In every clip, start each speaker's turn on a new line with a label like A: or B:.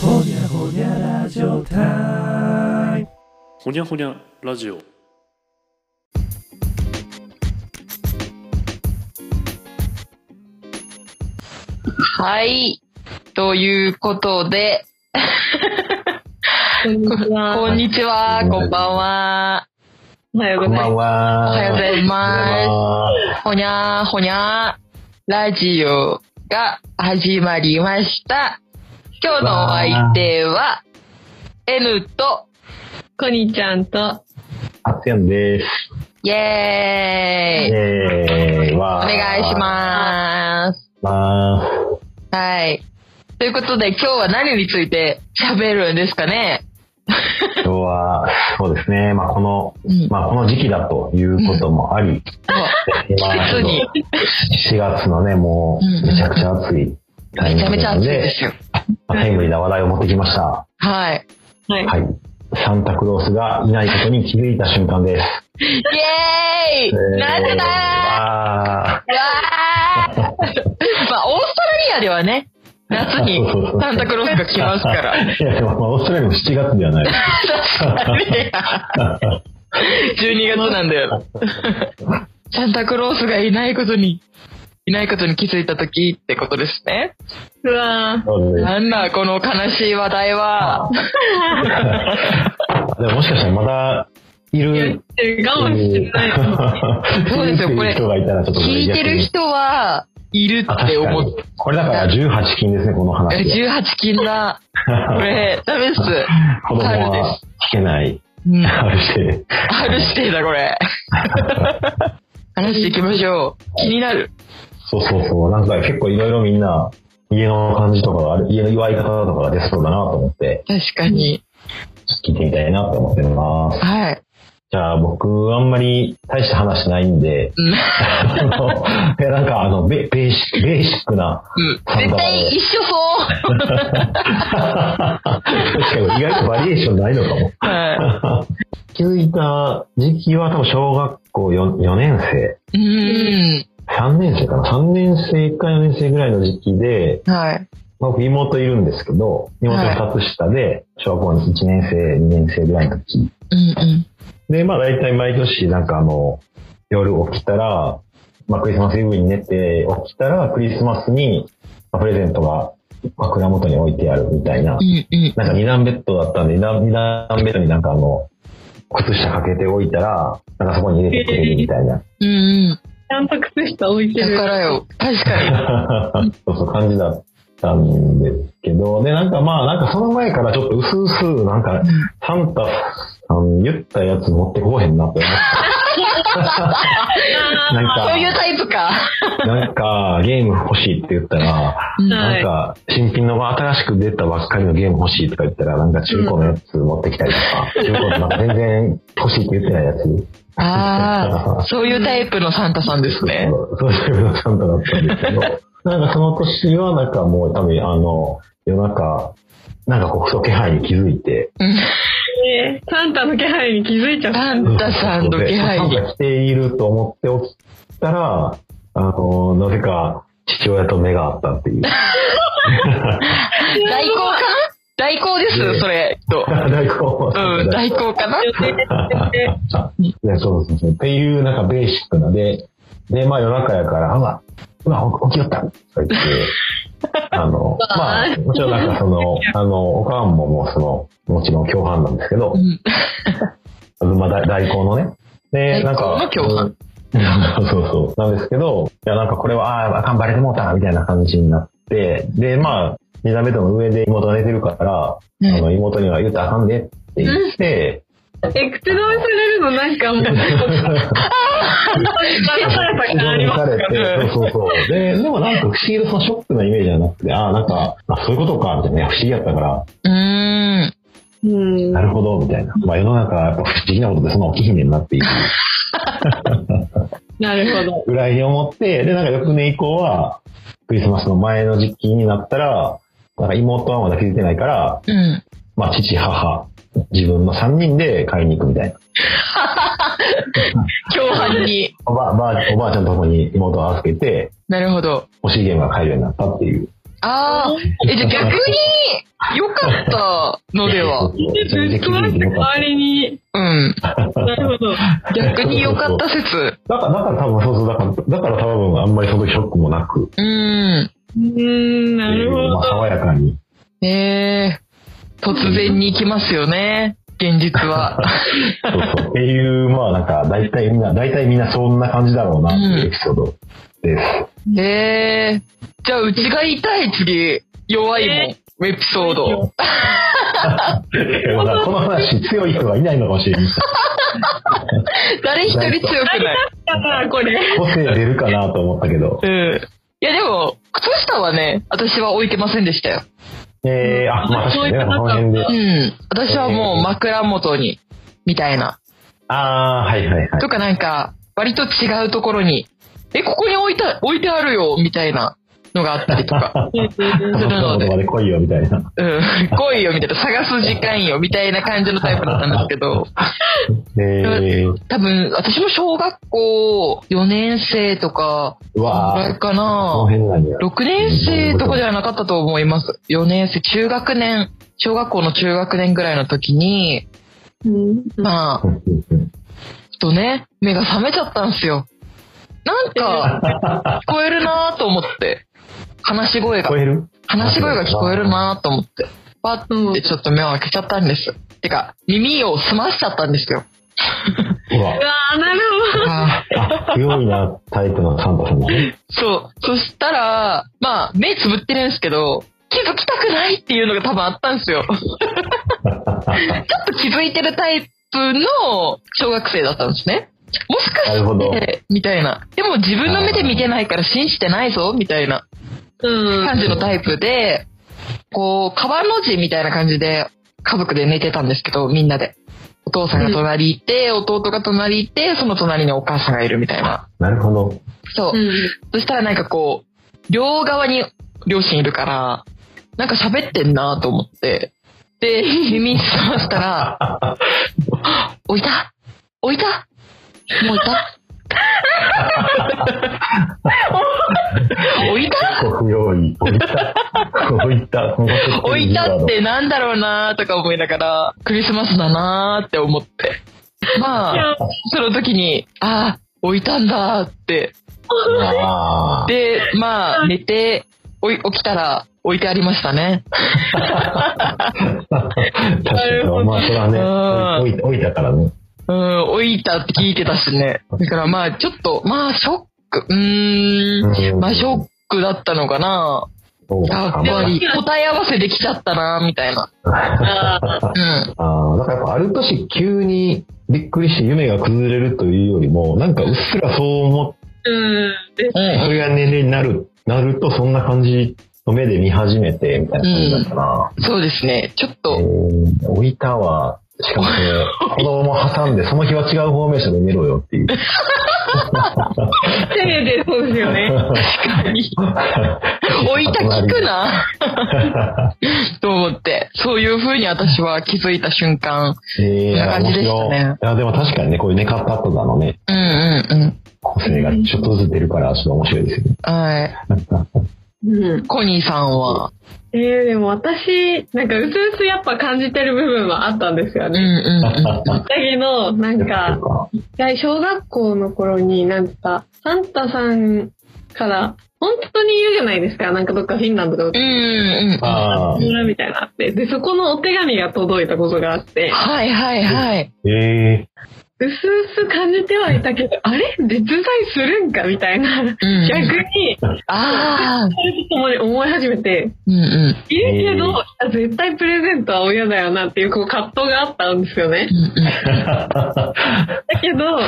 A: ほにゃラジオタイム
B: ほにゃほにゃラジオ
C: はい。ということで、
D: こんにちは。
C: こんにちは、
E: こ
C: こん
E: ん
C: ばんは。
D: おはよう
E: こ
D: ご
E: ん
D: ざいま
E: ばんは。
C: おはようございま
E: ます。
C: す。ほにゃーほにゃー、ラジオが始まりました。今日のお相手は、N と、
D: す。こにちゃんと、
E: あつやんです。
C: イ
E: え
C: エーイ。
E: ー、
C: お
E: わー
C: 願いします。
E: ま
C: はい。ということで、今日は何について喋るんですかね
E: す。今日は、そうですね、まあこの、
C: うん。
E: まあこの時期だということもあり、今
C: 季節に、
E: 4月のね、もう、
C: うん
E: めちゃくちゃ暑いタイ
C: めち
E: ミ
C: ゃ
E: ン
C: めちゃ暑
E: グなの
C: いで
E: で、
C: すよ。
E: まあタイムリーな話題を持ってきました。
C: はい。
D: はい。
E: はい。サンタクロースがいないことに気づいた瞬間です。
C: イエーイ、
E: えー
C: なぜだーわ
E: わ
C: ーまあ、オーストラリアではね、夏にサンタクロースが来ますから。
E: ー いや、でもまあオーストラリアも7月ではない。
C: 確かに。12月なんだよ。サンタクロースがいないことに、いないことに気づいた時ってことですね。
D: うわ
E: そうです
C: なんだ、この悲しい話題は。
E: でももしかしたらまだい
D: ー言
E: る。
D: ってるかもしれない。
C: そうですよこれ
E: 人がいたらちょっと
C: 聞いてる人は、いる
E: あ
C: って
E: 確か
C: 思っ
E: にこれだから18禁ですね、この話
C: て。
E: は。
C: 18禁だ。これ、ダメっす。
E: 子供
C: 春で
E: は聞けない。
C: うん。
E: あるして。
C: ある指定だ、これ。話していきましょう。気になる。
E: そうそうそう。なんか結構いろいろみんな、家の感じとか、ある家の祝い方とかが出そうだなと思って、
C: 確かに。
E: 聞いてみたいなと思ってます。
C: はい。
E: じゃあ僕、あんまり大した話ないんで、
C: うん
E: あのいやなんかあの、ベベーシック、ベーシックな、
C: うん絶対一緒そう。
E: 確かに意外とバリエーションないのかも。
C: は
E: 気づいた時期は多分小学校 4, 4年生、
C: い。うん。
E: 3年生かな ?3 年生か4年生ぐらいの時期で、
C: はい。
E: 僕妹いるんですけど、妹
C: はい
E: 2つ下で、小学校の1年生、2年生ぐらいの時。
C: うんうん。
E: で、まあ大体毎年なんかあの、夜起きたら、まあクリスマスイブに寝て起きたら、クリスマスにまあプレゼントが枕元に置いてあるみたい
C: う。
E: な
C: んうん。
E: なんか二段ベッドだったんで、二段二段ベッドになんかあの、靴下かけておいたら、なんかそこに入れてくれるみたいな、
C: うんうん。
D: ちゃんと靴下置いて
C: だ
D: る。
C: からよ。確かに。
E: そうそう感じだったんですけど、で、なんかまあ、なんかその前からちょっと薄々、なんか、サンタさん言ったやつ持ってこうへんなって思って、
D: あ
E: なん
C: そういう
E: か、
C: タイプか。
E: なんかゲーム欲しいって言ったら、
C: うん
D: はい
E: なんか新品の新しく出たばっかりのゲーム欲しいとか言ったら、なんか中古のやつ持ってきたりとか、中古のなんか全然欲しいって言ってないやつ。
C: ああ、そういうタイプのサンタさんですね。
E: そういうサンタだったんですけど、なんかその年はなんかもう多分あの、夜中、なんかこう、ふと気配に気づいて、
C: うん
D: ーねサンタの気配に気づいちゃった。
C: サンタさんの気配
E: サン
C: に。
E: タ来ていると思って起きたら、あの、なぜか父親と目が合ったっていう。
C: 代行かな代行です、それ。と。
E: 大根
C: うん、代行かな
E: いや、そうそうそう。っていう、なんかベーシックなで、で、まあ夜中やから、あ、まあ、うわ、起きよったとか言 って、あの、まあ、もちろんなんかそ の、あの、おかんももうその、もちろん共犯なんですけど
C: う、ん。
E: まあ大代行のね。で、なんか、
C: 代行の共犯
E: うん。 そうそう。なんですけど、いや、なんかこれは、ああ、あかん、バレてもうた、みたいな感じになって、で、まあ、二段ベッドの上で妹が寝てるから、あの、妹には言うたらあかんでって言って、
D: え、口止めされるのなんかもう、
E: そう
D: 騙された感あります
E: れて、そうそうそう。で、でもなんか不思議なそのショックなイメージじゃなくて、ああ、なんか、あそういうことか、みたいな、不思議やったから、
C: うーん。
D: うん。
E: なるほど、みたいな。まあ世の中やっぱ不思議なことでそんな起きひんねんなっていう
D: なるほど。
E: ぐらいに思って、で、なんか翌年以降は、クリスマスの前の時期になったら、なんか妹はまだ気づいてないから、
C: うん。
E: まあ父、母、自分の3人で買いに行くみたいな。
C: 共犯に。
E: おばあ、ばあおばあちゃんのとこに妹を預けて、
C: なるほど。
E: 欲しいゲームが買えるようになったっていう。
C: ああ、え、じゃあ逆に、良かったのでは。
E: 全
D: ぶっ
E: 然気づ
D: 壊
E: い
D: してた代
E: なかっ。
D: わりに。
C: うん
E: た。
D: なるほど。
C: 逆に良かった説。
E: だから、だから多分、そうそう、だから、だから多分、あんまりそのショックもなく、
C: うん。
D: うーん、なる
E: まあ、
D: ほ
E: 爽やかに。
C: ええ突然に来ますよね。現実 は。
E: そうそう。っていう、まあ、なんか、大体みんな、大体みんなそんな感じだろうな、っていうエピソード です。
C: ええじゃあ、うちが痛い次、弱いもん。
D: え
C: エピソード。
E: でもなこの話、強い人がいないのかもしれない。
C: 誰一人強くない。
D: ど。だからこれ。
E: 個性出るかなと思ったけど。
C: うん。いや、でも、靴下はね、私は置いてませんでしたよ。
E: えー、あ、まあ、確かにね、この辺で
C: う。ん。私はもう枕元に、みたいな。
E: あー、はいはいはい。
C: とかなんか、割と違うところに、え、ここに置いた、置いてあるよ、みたいなのがあったりと か。
E: そ
C: するの
E: こ
C: で
E: まで来いよ、みたい
C: う
E: な。
C: ん。来いよ、みたいな。探す時間よ、みたいな感じのタイプだったんですけど。
E: えー、
C: 多分、私も小学校4年生とか、
E: う
C: ぐ
E: わ
C: ら
E: ー
C: い、か
E: この
C: な。
E: 辺な んや。
C: 6年生とかじゃなかったと思います。4年生、中学年、小学校の中学年ぐらいの時に、
D: うん。
C: まあ、ちょっとね、目が覚めちゃったんですよ。なんか、聞こえるなと思って。話し声が
E: 聞こ、える
C: 話し声が聞こえるなと思って。パッてちょっと目を開けちゃったんです。てか、耳を澄ましちゃったんですよ。
E: う
D: う
E: わ。
D: わー、なる
C: あー
E: あ、強いな、タイプのサンタさんだね。
C: そう。そしたら、まあ、目つぶってるんですけど、気づきたくないっていうのが多分あったんです よ。ちょっと気づいてるタイプの小学生だったんですね。もしか
E: なるほど
C: し。て、みたいな。でも自分の目で見てないから信じてないぞ、みたいな
D: ほど。うん。
C: 感じのタイプで、こう、カバンの字みたいな感じで、家族で寝てたんですけど、みんなで。お父さんが隣いて、弟が隣いて、その隣にお母さんがいるみたいな。
E: なるほど。
C: そう。
D: うん。
C: そしたらなんかこう、両側に両親いるから、なんか喋ってんなと思って。で、耳澄ましたら、置いた置いたもう置いた置いた
E: 結構強い。置いた。置いた。
C: 置いたってなんだろうなとか思いながら、クリスマスだなって思って。
D: い
C: まあ、
D: や
C: その時に、ああ、置いたんだって
E: あー
C: で、まあ、寝て、おい起きたら置いてありましたね。
E: 確か
D: なるほ
E: に。
D: ど
E: まあ、それはね、置い置いたからね。
C: うん、置いたって聞いてたしね。だからまあ、ちょっと、まあ、ショック、うー
E: うん
C: ん、まあ、ショックだったのかな。
E: そう
C: やっ
E: か。
C: ぱ
E: まあ
C: り、答え合わせできちゃったな、みたいな。
D: あ
C: うん。
E: あーだからやっぱある年急にびっくりして夢が崩れるというよりも、なんかうっすらそう思っ
D: ーうん。で
C: う
E: て、そ
C: ん。
E: れが年齢になる、なるとそんな感じの目で見始めて、みたいな感じだったな。
C: そうですね。ちょっと、
E: えー置いたは、しかもそれ、子供も挟んで、その日は違うフォーメーションで寝ろよっ ていう。
D: せめてそうですよ ね。
C: 置いた聞くな、 と思って。そういう風に私は気づいた瞬間。
E: えー、
C: んな感じでしたね
E: 面白いいや、でも確かにね、こういうネカパッドなのね、
C: うんうんうん。
E: 個性がちょっとずつ出るから、ちょっと面白いですよね。
C: はい。
D: うん。
C: コニーさんは、
D: えー、でも私、なんか、うすうすやっぱ感じてる部分はあったんですよ
C: うんう
D: ね。
C: んうん。
D: だけど、 なんか、一回小学校の頃になんか、サンタさんから、本当に言うじゃないですか。なんかどっかフィンランドと
C: う
D: か、
C: んうんうん。は
E: ああ、
D: みたいなのあって。で、そこのお手紙が届いたことがあって、
C: いはいはい。
E: え
D: うすうす感じてはいたけど、あれ実在するんかみたいな。
C: うん
D: 逆に、そ
C: ああ。
D: れと共に思い始めて、
C: うんうん。
D: いるけど、あ絶対プレゼントは親だよなっていう、こう、葛藤があったんですよね
C: う。んうん
D: だけど、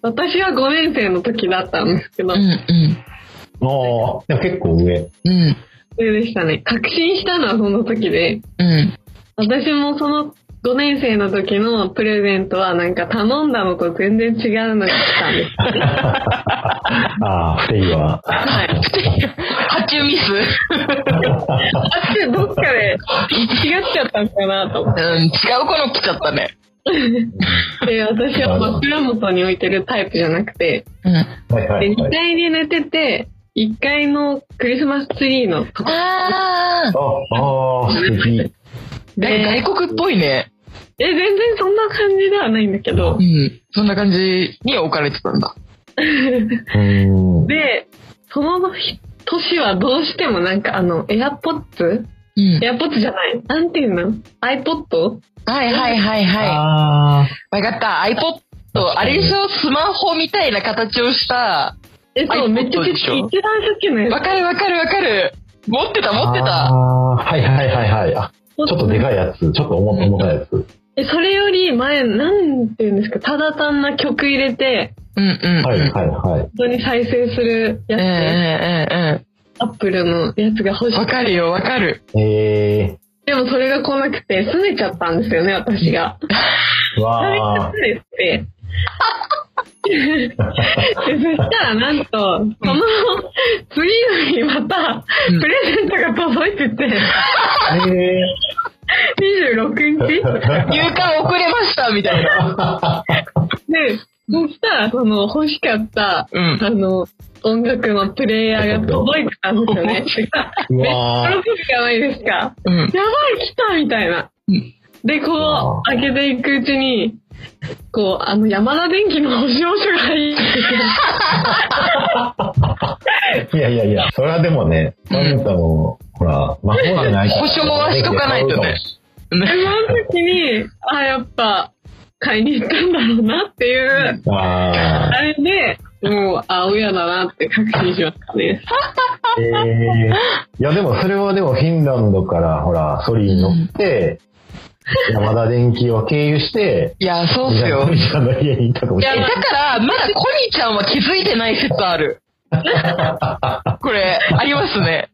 D: 私は5年生の時だったんですけど、
C: うん
E: ー、 もう、でも結構上。
C: うん。うん
D: それでしたね。確信したのはその時で、
C: うん。
D: 私もその5年生の時のプレゼントはなんか頼んだのと全然違うのが来たんです。
E: ああ、不手際。
D: はい。
C: 発注ミス。
D: あっちどっかで違っちゃったのかなと思っ
C: うん、違う子の来ちゃったね。
D: て、私は枕元に置いてるタイプじゃなくて、
C: うん。
E: はいは
D: で
E: い
D: 2
E: はい。
D: 階に寝てて、 1階のクリスマスツリーのとこ
C: ああ
E: あ、ああ、素敵。
D: で、
C: 外国っぽいね。
D: え、全然そんな感じではないんだけど
C: う。ん。そんな感じに置かれてたんだ。
E: うん。
D: で、その年はどうしてもなんかあの、エアポッツ
C: うん。
D: エアポッツじゃない。なんていうの ?iPod?
C: はいはいはいは
E: ああ、
C: い。わかった。iPod。あれでしょスマホみたいな形をした。
D: え、そう、
C: iPod
D: めっちゃちっ
C: で
D: ち
C: し
D: ゃい。
C: ょ
D: 一番初期のや
C: わかるわかるわかる。持ってた持って
E: あ
C: た。
E: あ、はいはいはいはい。あ、
D: つ。
E: ちょっとでかいやつ。ちょっと重重たいやつ。
D: え、それより前、なんていうんですか、ただ単な曲入れて、
C: うんうん。
E: はいはい
C: い。
E: はい。
D: 本当に再生する
C: うんうん
D: や
C: う
D: つ、アップルのやつが欲
C: んうん。
D: し
C: わ
D: く
C: かるよわかる。
E: え
D: でもそれが来なくて、拗ねちゃったんですよね、私が。
E: ー、
D: それが
E: わ あ
D: 拗、ねて。 でそしたらなんと、その次の日また、
C: うん
D: プレゼントが届いてて、
E: え
D: 26日
C: 入館遅れましたみたいな。
D: で、そしたら、その欲しかった、
C: うん。
D: あの、音楽のプレイヤーが届いてたんですよね。
E: ー、う
D: めっち ゃ
E: わ
D: 喜ぶじゃないですか。
C: うん。
D: やばい、来たみたいな
C: うん。
D: で、こう、開けていくうちに、こう、あの、山田電機の保証書が入って
E: ー。いやいやいや、それはでもね、マネタも、ほら、魔法じゃないから。
C: 保証はしとかないとね
D: きて、その時に、 あ、やっぱ、買いに行ったんだろうなっていう、
E: あ
D: あれで、もう、あ、親だなって確信しましたね。
E: ー、えー。いやでもそれはでもフィンランドから、ほら、ソリに乗って、山田電機を経由して、
C: いや、そうっすよ
E: ソ。リちゃんの家に行ったかもしれ
C: え
E: ない。
C: だから、まだコニーちゃんは気づいてない説ある。これ、ありますね。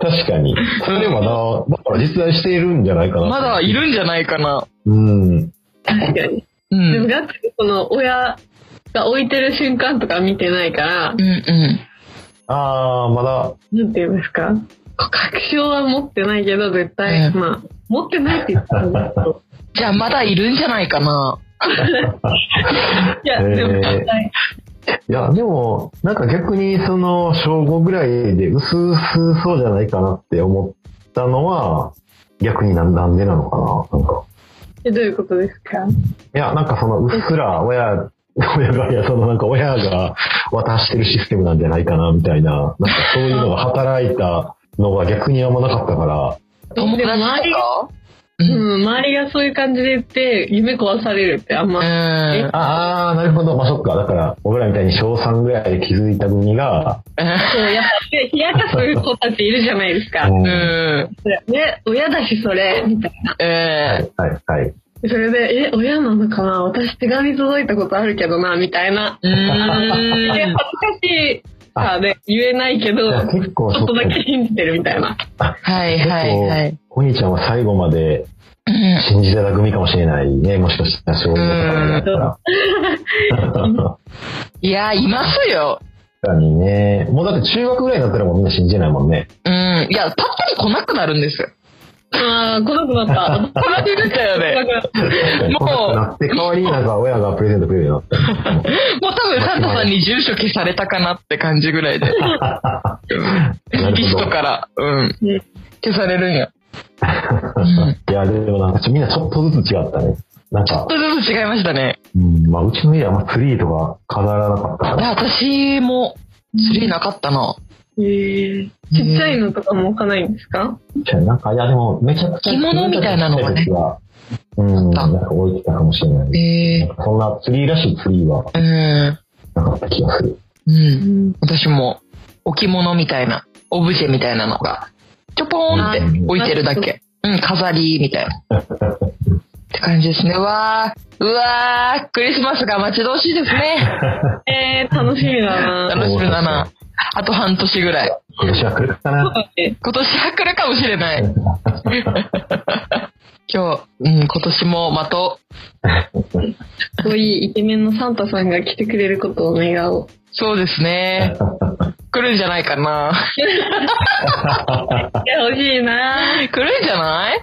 E: 確かに。それでもな、だから実在しているんじゃないかな。
C: まだいるんじゃないかな。
E: うん。
D: 確かに。
C: うん。
D: でも、
C: うん
D: がっつりこの、親が置いてる瞬間とか見てないから、
C: う
E: ああ、まだ、
D: なんて言うんですかこう確証は持ってないけど、絶対、
C: うん
D: まあ、持ってないって言ったらあれですけ ど、
C: ん。じゃあ、まだいるんじゃないかな。
D: いや、でも絶対、
E: いや、でも、なんか逆にその、正午ぐらいで薄々そうじゃないかなって思ったのは、逆になんなんでなのかななんか。
D: えどういうことですか
E: いや、なんかその、うっすら親、 親が、いや、そのなんか親が渡してるシステムなんじゃないかな、みたいな、なんかそういうのが働いたのが逆にあんまなかったから、
C: 友達
D: でも周り
C: と
D: が
C: かう。
D: うんん、周りがそういう感じで言って、夢壊されるってあんま。
C: うん
E: ああ、なるほど。まあ、そっか。だから、僕らみたいに小3ぐらいで気づいた組が、
D: そう、やっぱ、冷やかす子たちいるじゃないですか。
E: うん
C: うん。
E: は
D: ね、親だし、それ、みたいな。
C: え
E: い、はい。
D: それで、え、親なのかな私手紙届いたことあるけどな、みたいな。
C: ー。う
D: で、恥
C: ん。
D: ずかしさで言えないけ
E: い
D: ど、
E: や
D: ち
E: 結構、
D: ょっとだ
E: 結
D: け信じてるみたいな。
C: はいはいはい
E: 構。、お兄ちゃんは最後まで
C: うん
E: 信じてた組かもしれないね。もしかしたら、小5とかだったら。
C: いや、いますよ。
E: 確かにね。もうだって中学ぐらいになったらもうみんな信じないもんね。
C: うん。いや、パッとに来なくなるんです よ。
D: ああ、来な くなった。
C: 来なくなっちゃうよね。
D: 来なくなった
C: もう
E: 怖くなって、代わりになんか親がプレゼントくれるようになっ
C: もう多分サンタさんに住所消されたかなって感じぐらいで。
E: な るほど
C: リストから、うん
D: うん。
C: 消されるんや。
E: た。いや、でもなんかちょみんなちょっとずつ違ったね。なん
C: ちょ
E: か
C: っ、とずつ違いましたね。
E: うん、まあ、うちの家はあんまツリーとか飾らなかったか
C: い
E: ら。
C: や、私も、ツリーなかったな。
D: えーちっちゃいのとかも置かないんですか
E: なんか、いや、でも、めちゃくちゃ。
C: 着物みたいなのがね。
E: うん、
C: あ
E: な
C: った
E: んか置いてたかもしれない。
C: ええ
E: なんかそんなツリーらしいツリーは
C: うん。
E: なかった気がする。
C: うん。
D: ん。
C: 私も、置物みたいな、オブジェみたいなのが、ちょぽーんって置いてるだけ。うん、飾りみたいな。って感じですね。うわー、うわー、クリスマスが待ち遠しいですね。
D: えー、楽しみだな。
C: 楽しみだな。あと半年ぐらい。
E: 今年は来るかな。
C: 今年は来るかもしれない。 今日、うん、今年もまとう。
D: そういうイケメンのサンタさんが来てくれることを願おう。
C: そうです ね。来るんじゃないかな。
D: いや、欲しいな
C: 来るんじゃない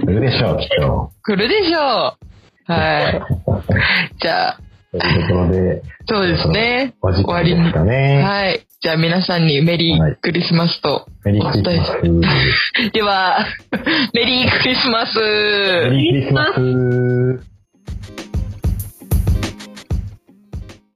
E: 来るでしょう、きっと。
C: 来るでしょう。はい。じゃあ、
E: というところで、
C: そうですね。
E: お時間ですかね。
C: はい。じゃあ皆さんにメリークリスマスと。
E: メリークリスマス。
C: では、メリークリスマス
E: メリークリスマス。